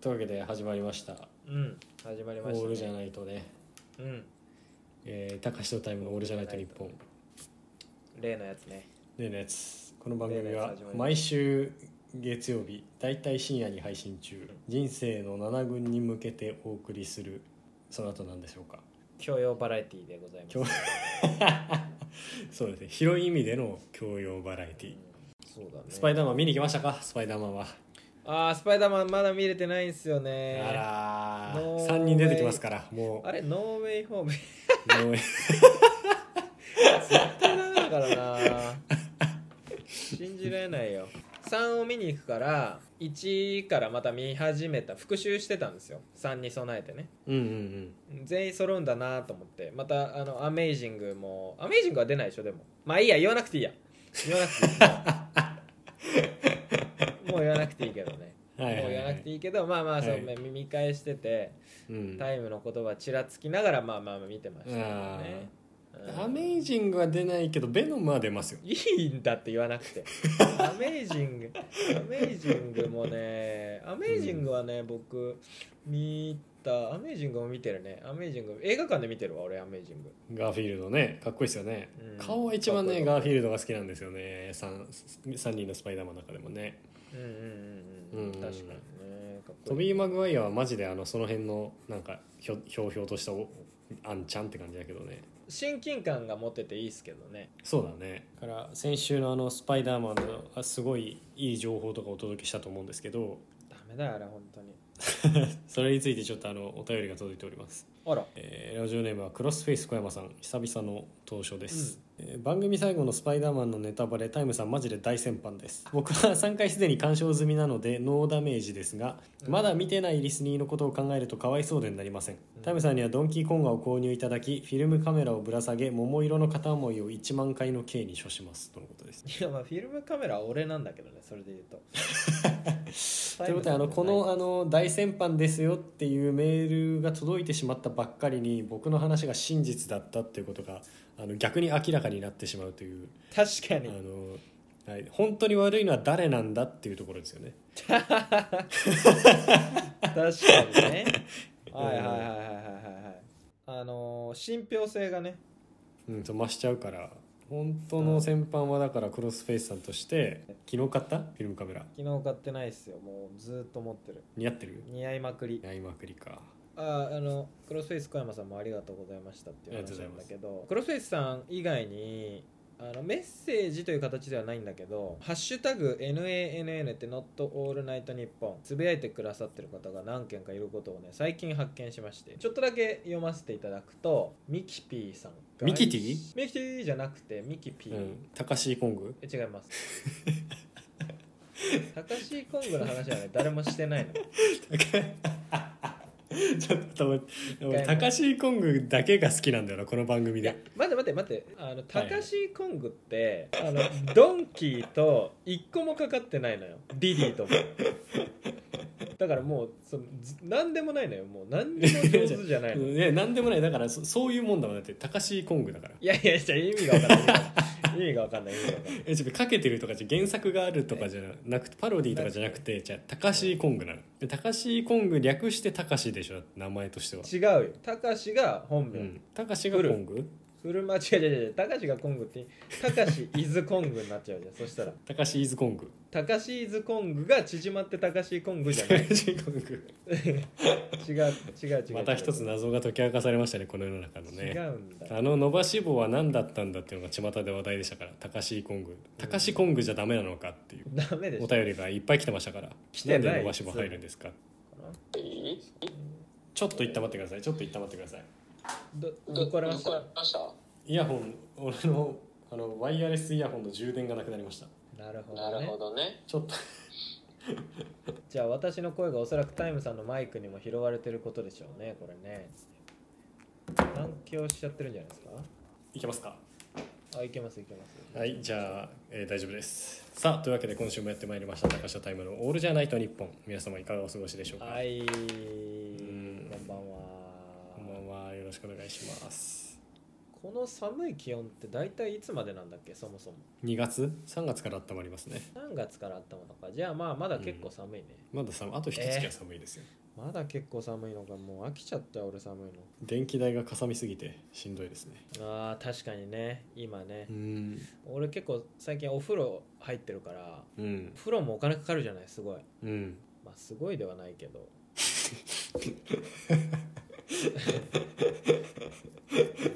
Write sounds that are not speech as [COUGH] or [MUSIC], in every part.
というわけで始まりましたうん始ま「りオました、ね、ールじゃないとねうん」えー「高橋とタイムのオールじゃないと日本例のやつね」例のやつこの番組例のやつは始まりま毎週月曜日だいたい深夜に配信中人生の7軍に向けてお送りするその後なんでしょうか教養バラエティでございます教そうですね広い意味での教養バラエティそうだねスパイダーマン見に行きましたかスパイダーマンはあースパイダーマンまだ見れてないんすよあねらノー3人出てきますからもあれノーウェイホーム絶うもう対ダメだからな信じられないよ3を見に行くから1からまた見始めた復習してたんですよ3に備えてねうんうんうん全員揃うんだなと思ってまたあのアメイジングもアメイジングは出ないでしょでもまあいいや言わなくていいや言わなくていいもう言わなくていいけどねはいはいもうはい言わなくていいけどまあまあそう、はい見返しててうんタイムの言葉ちらつきながらまあまあ見てましたけどねうんアメイジングは出ないけどベノムは出ますよいいんだって言わなくてアメイジングアメイジングもねアメイジングはね、僕見たアメイジングも見てるねアメイジング映画館で見てるわ俺アメイジングガーフィールドねかっこいいですよね、うん顔は一番ねかガっーフィールドが好きなんですよね 3, 3人のスパイダーマンの中でもねうんうんうんうんうん確かにねかっトこいビいー・マグワイアはマジであのその辺のなんかひょひょうひょうとしたおあんちゃんって感じだけどね親近感が持てていいっすけどねそうだねだから先週のあのスパイダーマンのあすごいいい情報とかお届けしたと思うんですけどダメだよあれ本当にそれについてちょっとあのお便りが届いておりますあらえーラジオネームはクロスフェイス小山さん久々の投書です、えー番組最後の「スパイダーマン」のネタバレタイムさんマジで大先輩 [LAUGHS] です僕は3回すでに鑑賞済みなのでノーダメージですがうんまだ見てないリスニーのことを考えるとかわいそうでなりません、うんタイムさんにはドンキーコンガを購入いただきフィルムカメラをぶら下げ桃色の片思いを1万回の刑に処しますとのことですいやまあフィルムカメラは俺なんだけどねそれで言う [LAUGHS] とということであのこのあの大先輩ですよっていうメールが届いてしまったばっかりに僕の話が真実だったっていうことがあの逆に明らかになってしまうという確かあにの、はい、本当に悪いのは誰なんだっていうところですよね。確かにね [LAUGHS] はいはいはいはいはいはいはいあのー信憑性がねうん、と増しちゃうから本当の先般はだからクロスフェイスさんとして昨日買ったフィルムカメラ昨日買ってないっすよもうずーっと持ってる似合ってる似合いまくり似合いまくりか。ああのクロスフェイス小山さんもありがとうございましたっていうありがとう話ござないんまだすけどクロスフェイスさん以外にあのメッセージという形ではないんだけど「ハッシュタグ #NANN」って Not All Night Nippon つぶやいてくださってる方が何件かいることをね最近発見しましてちょっとだけ読ませていただくとミキピーさんがミキティミキティじゃなくてミキピうー、ん、タカシーコング [LAUGHS] え違います [LAUGHS] タカシーコングの話はね誰もしてないのちょっと待って俺一回目タカシーコングだけが好きなんだよなこの番組いやで待って待って待ってあのはいタカシーコングって、あのドンキーと一個もかかってないのよリリーともだからもうそのず何でもないのよもう何にも上手じゃな [LAUGHS] いのいいや何でもないだからそそういうもんだもんだってタカシーコングだからやいやいや意味が分かんない意味が分かんない意味が分かんないえちょっとかけてるとかじゃ原作があるとかじゃなくてパロディーとかじゃなくてじゃあタカシーコングなのでタカシーコング略してタカシでしょだって名前としては違うよタカシが本う名、んタカシがコングフルマ違う違う違うタカシがコングってタカシイズコングになっちゃうじゃんそしたらタカシイズコン [LAUGHS] グタカシイズコングが縮まってタカシーコングじゃタない [LAUGHS] 違カシコングう違う違う違うまた一つ謎が解き明かされましたねこの世の中の違ねうんだあの伸ばし棒は何だったんだっていうのが巷で話題でしたからタカシコングタカシコングじゃダメなのかっていうダメでしおょ便りがいっぱい来てましたから来てないなんで伸ばし棒入るんですかちょっと一旦待ってくださいちょっと一旦待ってくださいどどこからましたましたイヤホン俺のあのワイヤレスイヤホンの充電がなくなりましたなるほなどるねほどね。ちょっとじゃあ私の声がおそらくタイムさんのマイクにも拾われてることでしょうねこれね反響しちゃってるんじゃないですいけますかかあいけますいけますはいじゃあ、えー大丈夫ですさあというわけで今週もやってまいりました高下タイムのオールじゃないと日本皆様いかがお過ごしでしょうか、は、いこんんばんはこんばんはよろしくお願いしますこの寒い気温って大体いつまでなんだっけそもそも2月3月から温まりますね3月からあったものかじゃあまあまだ結構寒いね、まだ寒あと一月は寒いですよ、まだ結構寒いのかもう飽きちゃったよ俺寒いの電気代がかさみすぎてしんどいですねあー確かにね今ねう、ん俺結構最近お風呂入ってるからうん風呂もお金かかるじゃないすごいうんまあすごいではないけど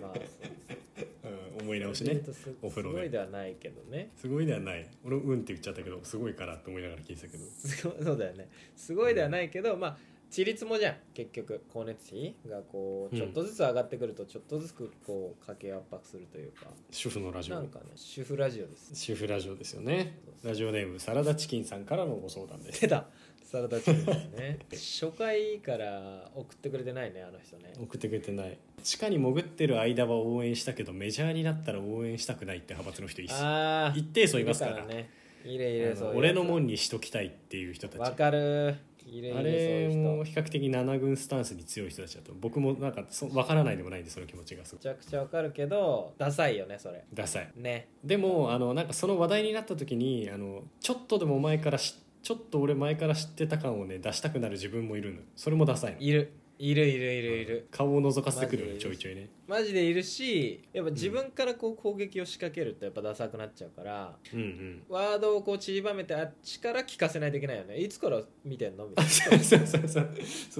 まあ思い直し言ねうとすお風呂すでごいではないけどねすごいではない俺うんって言っちゃったけどすごいからと思いながら聞いてたけどすごいそうだよねすごいではないけど、まあちりつもじゃん結局光熱費がこううんちょっとずつ上がってくるとちょっとずつこう家計圧迫するというか、主婦のラジなオんかね主婦ラジオです主婦ラジオですよねラジオネームサラダチキンさんからのご相談です出たサラダチキンです [LAUGHS] ね初回から送ってくれてないねあの人ね送ってくれてない地下に潜ってる間は応援したけどメジャーになったら応援したくないって派閥の人いっああ一定数いますからねいれいあれのそういうやつ俺のもんにしときたいっていう人たちわかるいれいれあそういれうも比人較的7軍スタンスに強い人たちだと僕もなんかそ分からないでもないんでその気持ちがすごめいちゃくちゃわかるけどダサいよねそれダサいねでもあのなんかその話題になった時にあのちょっとでも前からしちょっと俺前から知ってた感をね出したくなる自分もいるのそれもダサいのいるいるいるいるいる顔を覗かせてくるよねマちジょでいいるちょいねマジでいるしやっぱ自分からこう攻撃を仕掛けるとやっぱダサくなっちゃうから、うんうんワードをこう散りばめてあっちから聞かせないといけないよねいつから見てんのみたいなそうそうそうそ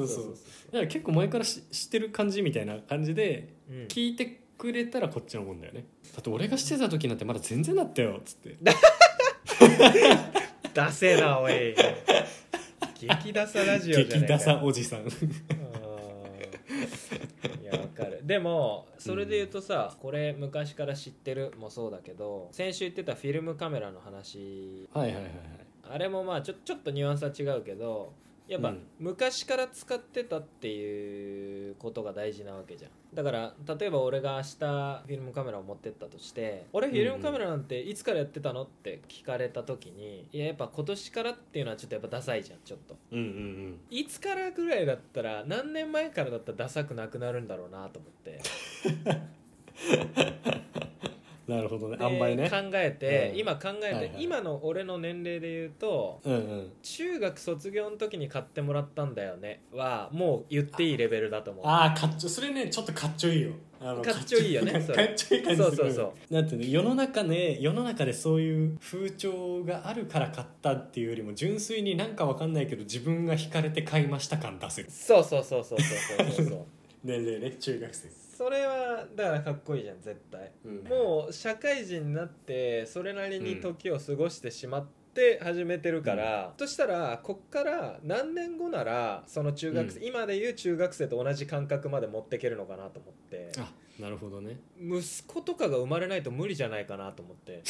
うそうそだから結構前からし知ってる感じみたいな感じでううん聞いてくれたらこっちのもんだよねだって俺がしてた時なんてまだ全然だったよっつってダセーなお [LAUGHS] い激ダサラジオじゃねえか激ダサおじさんうんいやわかるでもそれで言うとさ、これ昔から知ってるもそうだけど先週言ってたフィルムカメラの話はいはいはいはいあれもまあちょちょっとニュアンスは違うけどやっうぱん昔から使ってたっていうことが大事なわけじゃんだから例えば俺が明日フィルムカメラを持ってったとして「俺フィルムカメラなんていつからやってたの?」って聞かれた時にいややっぱ今年からっていうのはちょっとやっぱダサいじゃんちょっと [LAUGHS] うんうんいつからぐらいだったら何年前からだったらダサくなくなるんだろうなと思ってうんなるほどねで [LAUGHS] あんまりね考えて、うん今考えて、はいはい今の俺の年齢で言うとうんうん中学卒業の時に買ってもらったんだよねはもう言っていいレベルだと思うああかっちょそれねちょっとかっちょいいよあのかっちょいいよねかっちょそかれっちょいい感じするそうそうそなんていうの世の中ね世の中でそういう風潮があるから買ったっていうよりも純粋になんかわかんないけど自分が惹かれて買いました感出せるそうそうそうそうそうそうそうそう年齢ね中学生それはだからかっこいいじゃん絶対もう社会人になってそれなりに時を過ごしてしまって始めてるから、としたらこっから何年後ならその中学生、う今でいう中学生と同じ感覚まで持っていけるのかなと思ってあなるほどね息子とかが生まれないと無理じゃないかなと思って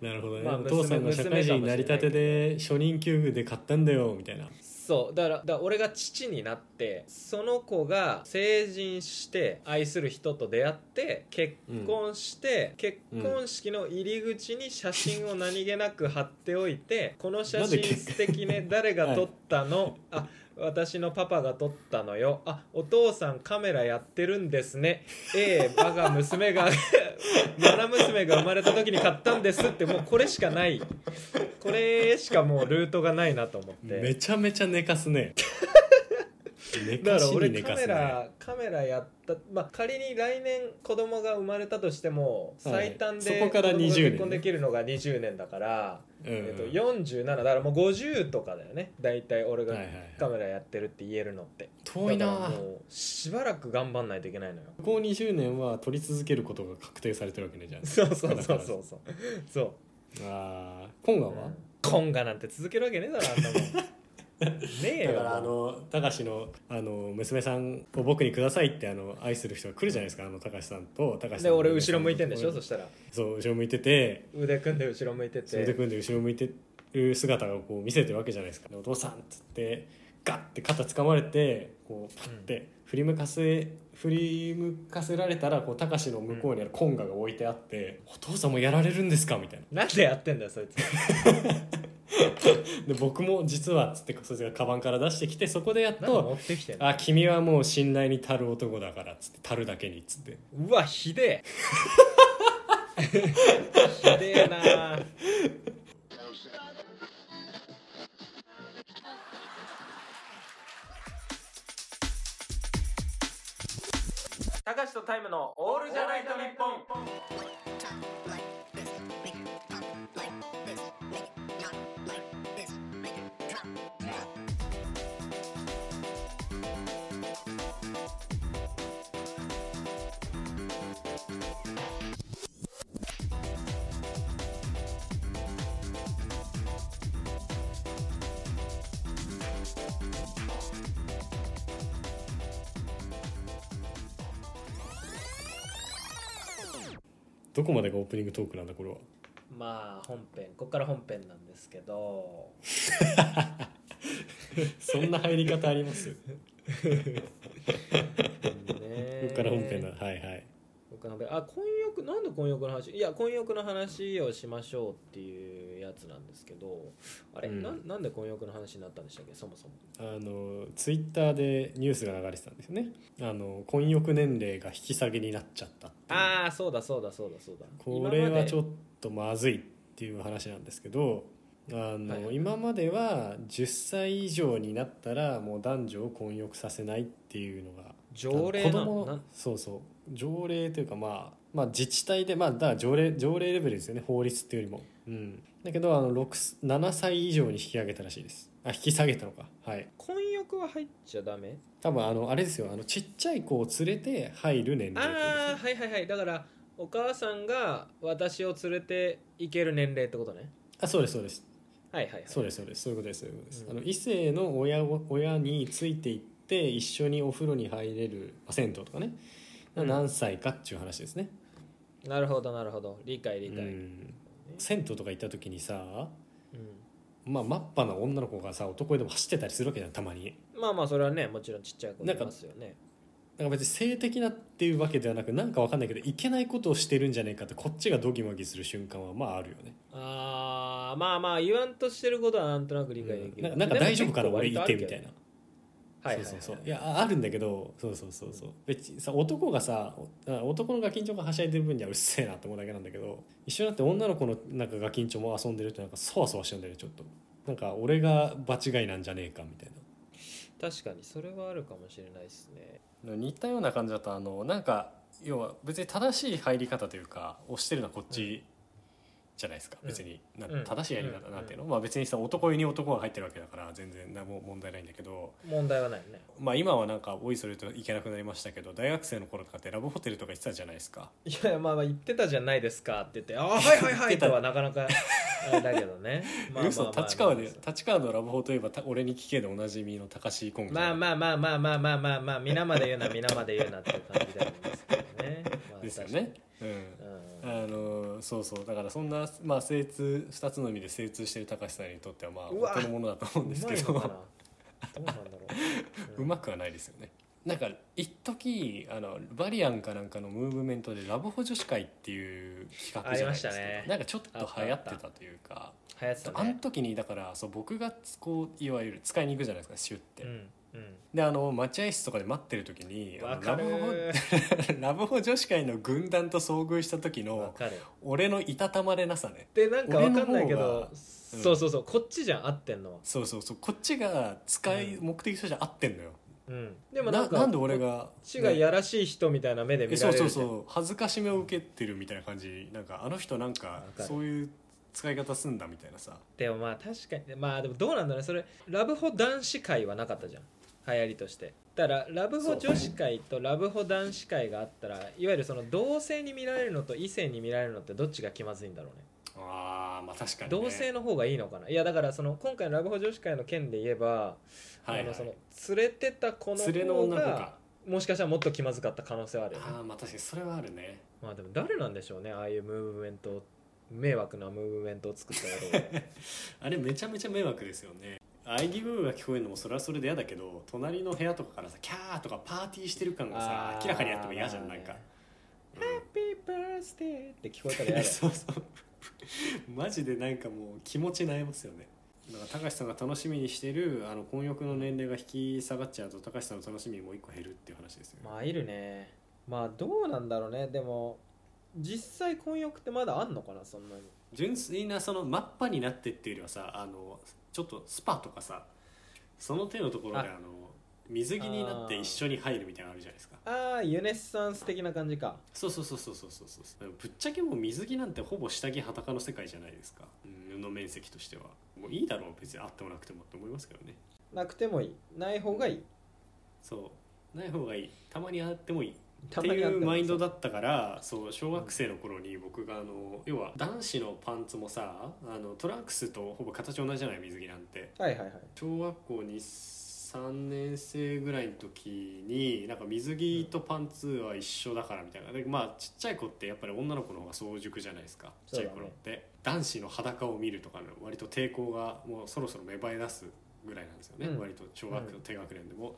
なるほどね、まあお父さんが娘社会人になりたてで初任給付で買ったんだよみたいなそうだからだから俺が父になってその子が成人して愛する人と出会って結婚して、結婚式の入り口に写真を何気なく貼っておいてこの写なんで真結素敵ね誰が撮ったの、あ私のパパが撮ったのよあお父さんカメラやってるんですねええ我が娘が [LAUGHS] 我が娘が生まれた時に買ったんですってもうこれしかないこれしかもうルートがないなと思ってめちゃめちゃ寝かす [LAUGHS] ね寝かだからし俺に寝カかメすねラカメラやったまあ仮に来年子供が生まれたとしてもはい最短でそこから子供が20結婚できるのが20年だから、うんうんえっと、47だからもう50とかだよね大体俺がはいはいはいカメラやってるって言えるのって遠いなだからもうしばらく頑張んないといけないのよ [LAUGHS] 向こう20年は撮り続けることが確定されてるわけねじゃんそうそうそうそうそうそうああ今後は、コンガなんて続けるわけねえだろあんなもん [LAUGHS] ねえよだからあの高志のあの娘さんを僕にくださいってあの愛する人が来るじゃないですかあの高志さんと高志さんでの俺後ろ向いてんでしょそしたらそう後ろ向いてて腕組んで後ろ向いててそれで組んで後ろ向いてる姿をこう見せてるわけじゃないですかでお父さんっつってガッて肩掴まれてこうパッて振り向かせ振り向かせられたらこう高志の向こうにあるコンガが置いてあって「お父さんもやられるんですか?」みたいななんでやってんだよそいつで僕も実はっつってそいつがカバンから出してきてそこでやっなんか持とってき「てんのあ君はもう信頼に足る男だから」っつって「足るだけに」っつってうわひでえひでえなたかしとタイムのオールじゃないと日本 Talk like this, make it pop like this, make it not like this, make it drop. どこまでがオープニングトークなんだこれはまあ本編ここから本編なんですけどそんな入り方あり [LAUGHS] ますこねこから本編だはいはい僕のあ婚欲なんで婚欲の話いや婚欲の話をしましょうっていうやつなんですけどあれ、うんなん、なんで婚欲の話になったんでしたっけそもそもあのツイッターでニュースが流れてたんですよねあの婚欲年齢が引き下げになっちゃったっていうああそうだそうだそうだそうだこれはちょっっとまずいっていう話なんですけどあの、はい今までは10歳以上になったらもう男女を婚欲させないっていうのが条例子な供ののなそうそう条例というかまあまあ自治体でまあだから条例条例レベルですよね法律っていうよりもうんだけどあの6す7歳以上に引き上げたらしいですあ引き下げたのかはい婚欲は入っちゃダメ多分あのあれですよあのちっちゃい子を連れて入る年齢ってことあであはいはいはいだからお母さんが私を連れて行ける年齢ってことねすあそうですそうですはいはいはいそうですそうですそういうことですそういうことです、うんあの異性の親を親についていって一緒にお風呂に入れるまあ銭湯とかねうん何歳かっていう話ですね、なるほどなるほど理解う理解、うんん、銭湯とか行った時にさまあマッパな女の子がさ男でも走ってたりするわけじゃんたまにまあまあそれはねもちろんちっちゃい子ないんかますよねなんか別に性的なっていうわけではなくなんかわかんないけどいけないことをしてるんじゃないかってこっちがドギマギする瞬間はまああるよねあーまあまあ言わんとしてることはなんとなく理解できなる、んかなんか大丈夫かなでも俺結い構てみたいな割とあるけどはいはいそうそうそういややああるんだけどそうそうそうそう別にさ男がさおあ男のガキンチョがはしゃいでる分にはうっせえなと思うだけなんだけど一緒になって女の子のなんかガキンチョも遊んでるとなんかそわそわしてんだよねちょっとなんか俺が場違いなんじゃねえかみたい確かにそれはあるかもしれないですねな似たような感じだとあのなんか要は別に正しい入り方というか押してるのはこっちじゃないですか、うん別になうん正しいやりう方んなんていうの、まあ別にさ男湯に男が入ってるわけだから全然何も問題ないんだけど問題はないねまあ、今はなんかおいそれといけなくなりましたけど大学生の頃とかってラブホテルとか行ってたじゃないですかいやまあまあ言ってたじゃないですかって言って「ああはいはいは言い」ってたとはなかなかあれだけどねまあまあ [LAUGHS] 嘘まあまあ立川で立川のラブホといえばた俺に聞けでおなじみの高橋コングまあまあまあまあまあまあまあまあ皆まで言うな皆まで言うなっていう感じではありますけどね、まあですよね、確うかにん、あのそうそうだからそんな、まあ、精通2つの意味で精通してる高橋さんにとってはまあうわ本当のものだと思ううんんうですまけいどのかなどうなんだろう、うまくはないですよねなんか一時あのバリアンかなんかのムーブメントでラブホ女子会っていう企画じゃないですか、ありましたねなんかちょっと流行ってたというか流行ってたあのね時にだからそう僕がこういわゆる使いに行くじゃないですかシュって、うんうんであの待合室とかで待ってる時にあわのかラブホる [LAUGHS] ラブホ女子会の軍団と遭遇した時わのかる俺のいたたまれなさねでなんかわかんないけ俺の方どが、うんそうそうそうこっちじゃん合ってんのは、そうそうそうこっちが使いうん目的として合ってんのよ、うん、ででもなんかなんで俺がこっちがやらしい人みたいな目で見えらそれうそうるじゃんそう恥ずかしめを受けてるみたいな感じなんかあの人なんわかかるそういう使い方すんだみたいなさでもまあ確かにまあでもどうなんだろうねそれラブホ男子会はなかったじゃん流行りとしてだからラブホ女子会とラブホ男子会があったらいわゆるその同性に見られるのと異性に見られるのってどっちが気まずいんだろうねあーまあ確かに、ね、同性の方がいいのかないやだからその今回のラブホ女子会の件で言えはば、い、はい、あのその連れてた子の方が連れの女の子かもしかしたらもっと気まずかった可能性はあるよねああまあ確かにそれはあるねまあでも誰なんでしょうねああいうムーブメントを迷惑なムーブメントを作ったやろ [LAUGHS] うあれめちゃめちゃ迷惑ですよね喘ぎ声が聞こえるのもそれはそれで嫌だけど隣の部屋とかからさ「キャー」とかパーティーしてる感がさ明らかにあっても嫌じゃんなんか、ハッピーバー [LAUGHS] スデーって聞こえたら嫌だよそうそうマジでなんかもう気持ち萎えますよねだから高橋さんが楽しみにしてるあの婚欲の年齢が引き下がっちゃうと高橋さんの楽しみもう一個減るっていう話ですよね、まあいるねまあどうなんだろうねでも実際婚欲ってまだあんのかなそんなに純粋なそのマッパになってっていうよりはさあのちょっとスパとかさその手のところでああの水着になって一緒に入るみたいなのあるじゃないですかああユネッサンス的な感じかそうそうそうそうそうそうそうぶっちゃけもう水着なんてほぼ下着裸の世界じゃないですかうん布面積としてはもういいだろう別にあってもなくてもって思いますけどねなくてもいいない方がいいそうない方がいいたまにあってもいいたってまにあいってうもマインドだったからそう小学生の頃に僕があの要は男子のパンツもさあのトランクスとほぼ形同じじゃない水着なんてはいはいはい小学校23年生ぐらいの時になんか水着とパンツは一緒だからみたいな、でまあちっちゃい子ってやっぱり女の子の方が早熟じゃないですかちっちゃい頃って、男子の裸を見るとかの割と抵抗がもうそろそろ芽生え出すぐらいなんですよね、うん割と小学、低学年でも。うん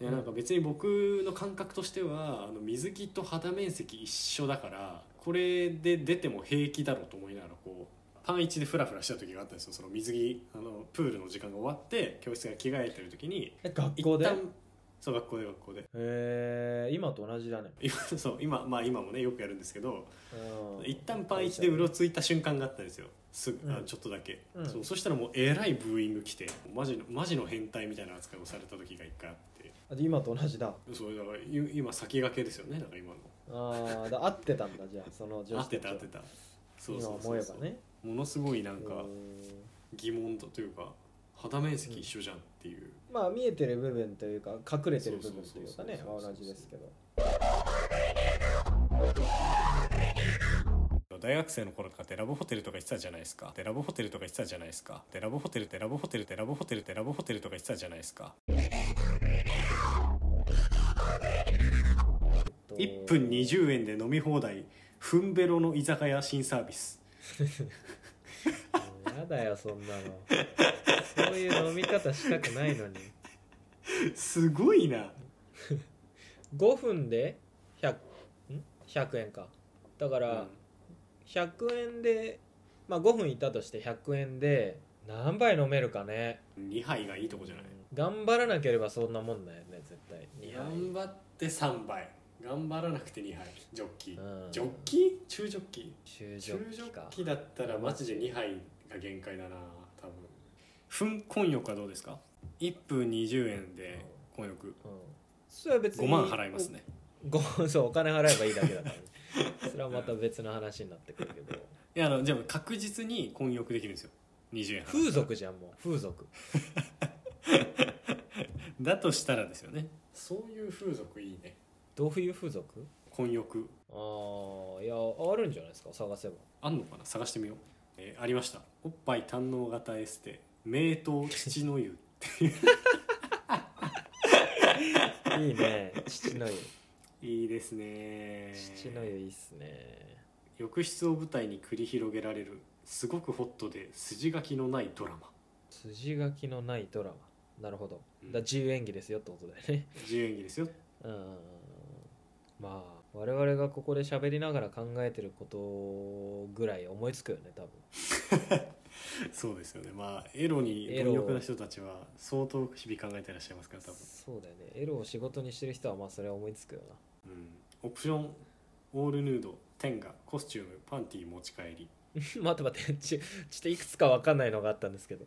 でなんか別に僕の感覚としてはあの水着と肌面積一緒だからこれで出ても平気だろうと思いながらこうパン1でフラフラした時があったんですよその水着あのプールの時間が終わって教室が着替えてる時にえ学校で一へ旦そう学校で学校でえ今と同じだね今 [LAUGHS] そう今まあ今もねよくやるんですけどうん一旦パン1でうろついた瞬間があったんですよすぐ、あうんちょっとだけ、うんそうそしたらもうえらいブーイング来てマジのマジの変態みたいな扱いをされた時が一回あってあ今と同じだそうだからい今先駆けですよねだから今の。ああだ合ってたんだじゃあその女合子ってたちたは合ってたそう今そうそ思えうばねものすごいなんかうん疑問とというか肌面積一緒じゃんっていう、まあ見えてる部分というか隠れてる部分というそうそかねうそうそうは同じですけど大学生の頃とかってラブホテルとか行ってたじゃないですかでラブホテルとか行ってたじゃないですかでラブホテルでラブホテルでラブホテルでラブホテルとか行ってたじゃないですか1分20円で飲み放題ふんべろの居酒屋新サービスうんやだよそんなのそういう飲み方したくないのにすごいな5分で 100, ん100円かだから100円で、まあ、5分いたとして100円で何杯飲めるかね2杯がいいとこじゃない頑張らなければそんなもんだよね絶対頑2張って3杯頑張らなくて2杯ジョッキうんジョッキ中ジョッキ中中食ジョ器かッキだったらマジで2杯が限界だな多分ふん混浴はどうですか1分20円で混浴うんそれは別5に万払いますねごそうお金払えばいいだけだからねそれはまた別の話になってくるけ [LAUGHS] どいやあのじゃあ確実に混浴できるんですよ20円払う風俗じゃんもう風俗だとしたらですよねそういう風俗いいねどういう風俗混浴ああいやあるんじゃないですか探せばあんのかな探してみよう、えーありましたおっぱい堪能型エステ名湯父の湯 [LAUGHS] いいね父 [LAUGHS] の湯いいですね父の湯いいっすね浴室を舞台に繰り広げられるすごくホットで筋書きのないドラマ筋書きのないドラマなるほどうんだ自由演技ですよってことだよね [LAUGHS] 自由演技ですようんうんうんまあ我々がここで喋りながら考えてることぐらい思いつくよね多分そうですよねまあエロにエロ貪欲な人たちは相当日々考えてらっしゃいますから多分、そうだよねエロを仕事にしてる人はまあそれは思いつくよなうん、オプションオールヌードテンガコスチュームパンティー持ち帰り [LAUGHS] 待って待ってちちょっといくつか分かんないのがあったんですけど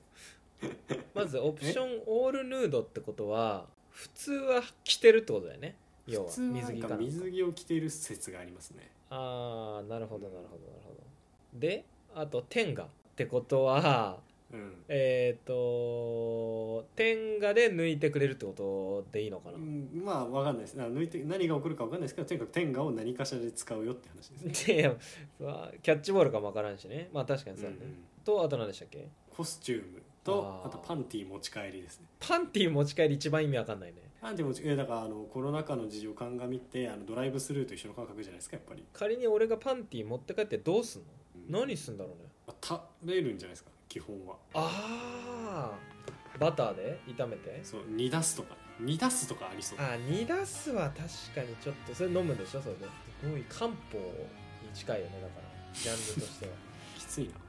まずオプションオールヌードってことは普通は着てるってことだよね要は普通はな水ん着かかな水着を着ている説がありますねああなるほどなるほどなるほどであと天下ってことはうんえっ、と天下で抜いてくれるってことでいいのかな、うんまあわかんないですな抜いて何が起こるかわかんないですけどとにかくテンガを何かしらで使うよって話ですね、でいやうわキャッチボールかも分からんしねまあ確かにそううだね、ん、とあと何でしたっけコスチュームとあーあとパンティー持ち帰りですねパンティー持ち帰り一番意味わかんないねパンティー持ち帰りだからあのコロナ禍の事情を鑑みてあのドライブスルーと一緒の感覚じゃないですかやっぱり、仮に俺がパンティー持って帰ってどうすんのうん何すんだろうねまあ食べるんじゃないですか基本はああバターで炒めてそう煮出すとか煮出すとかありそうあ煮出すは確かにちょっとそれ飲むんでしょそれですごい漢方に近いよねだからジャンルとしてはきついな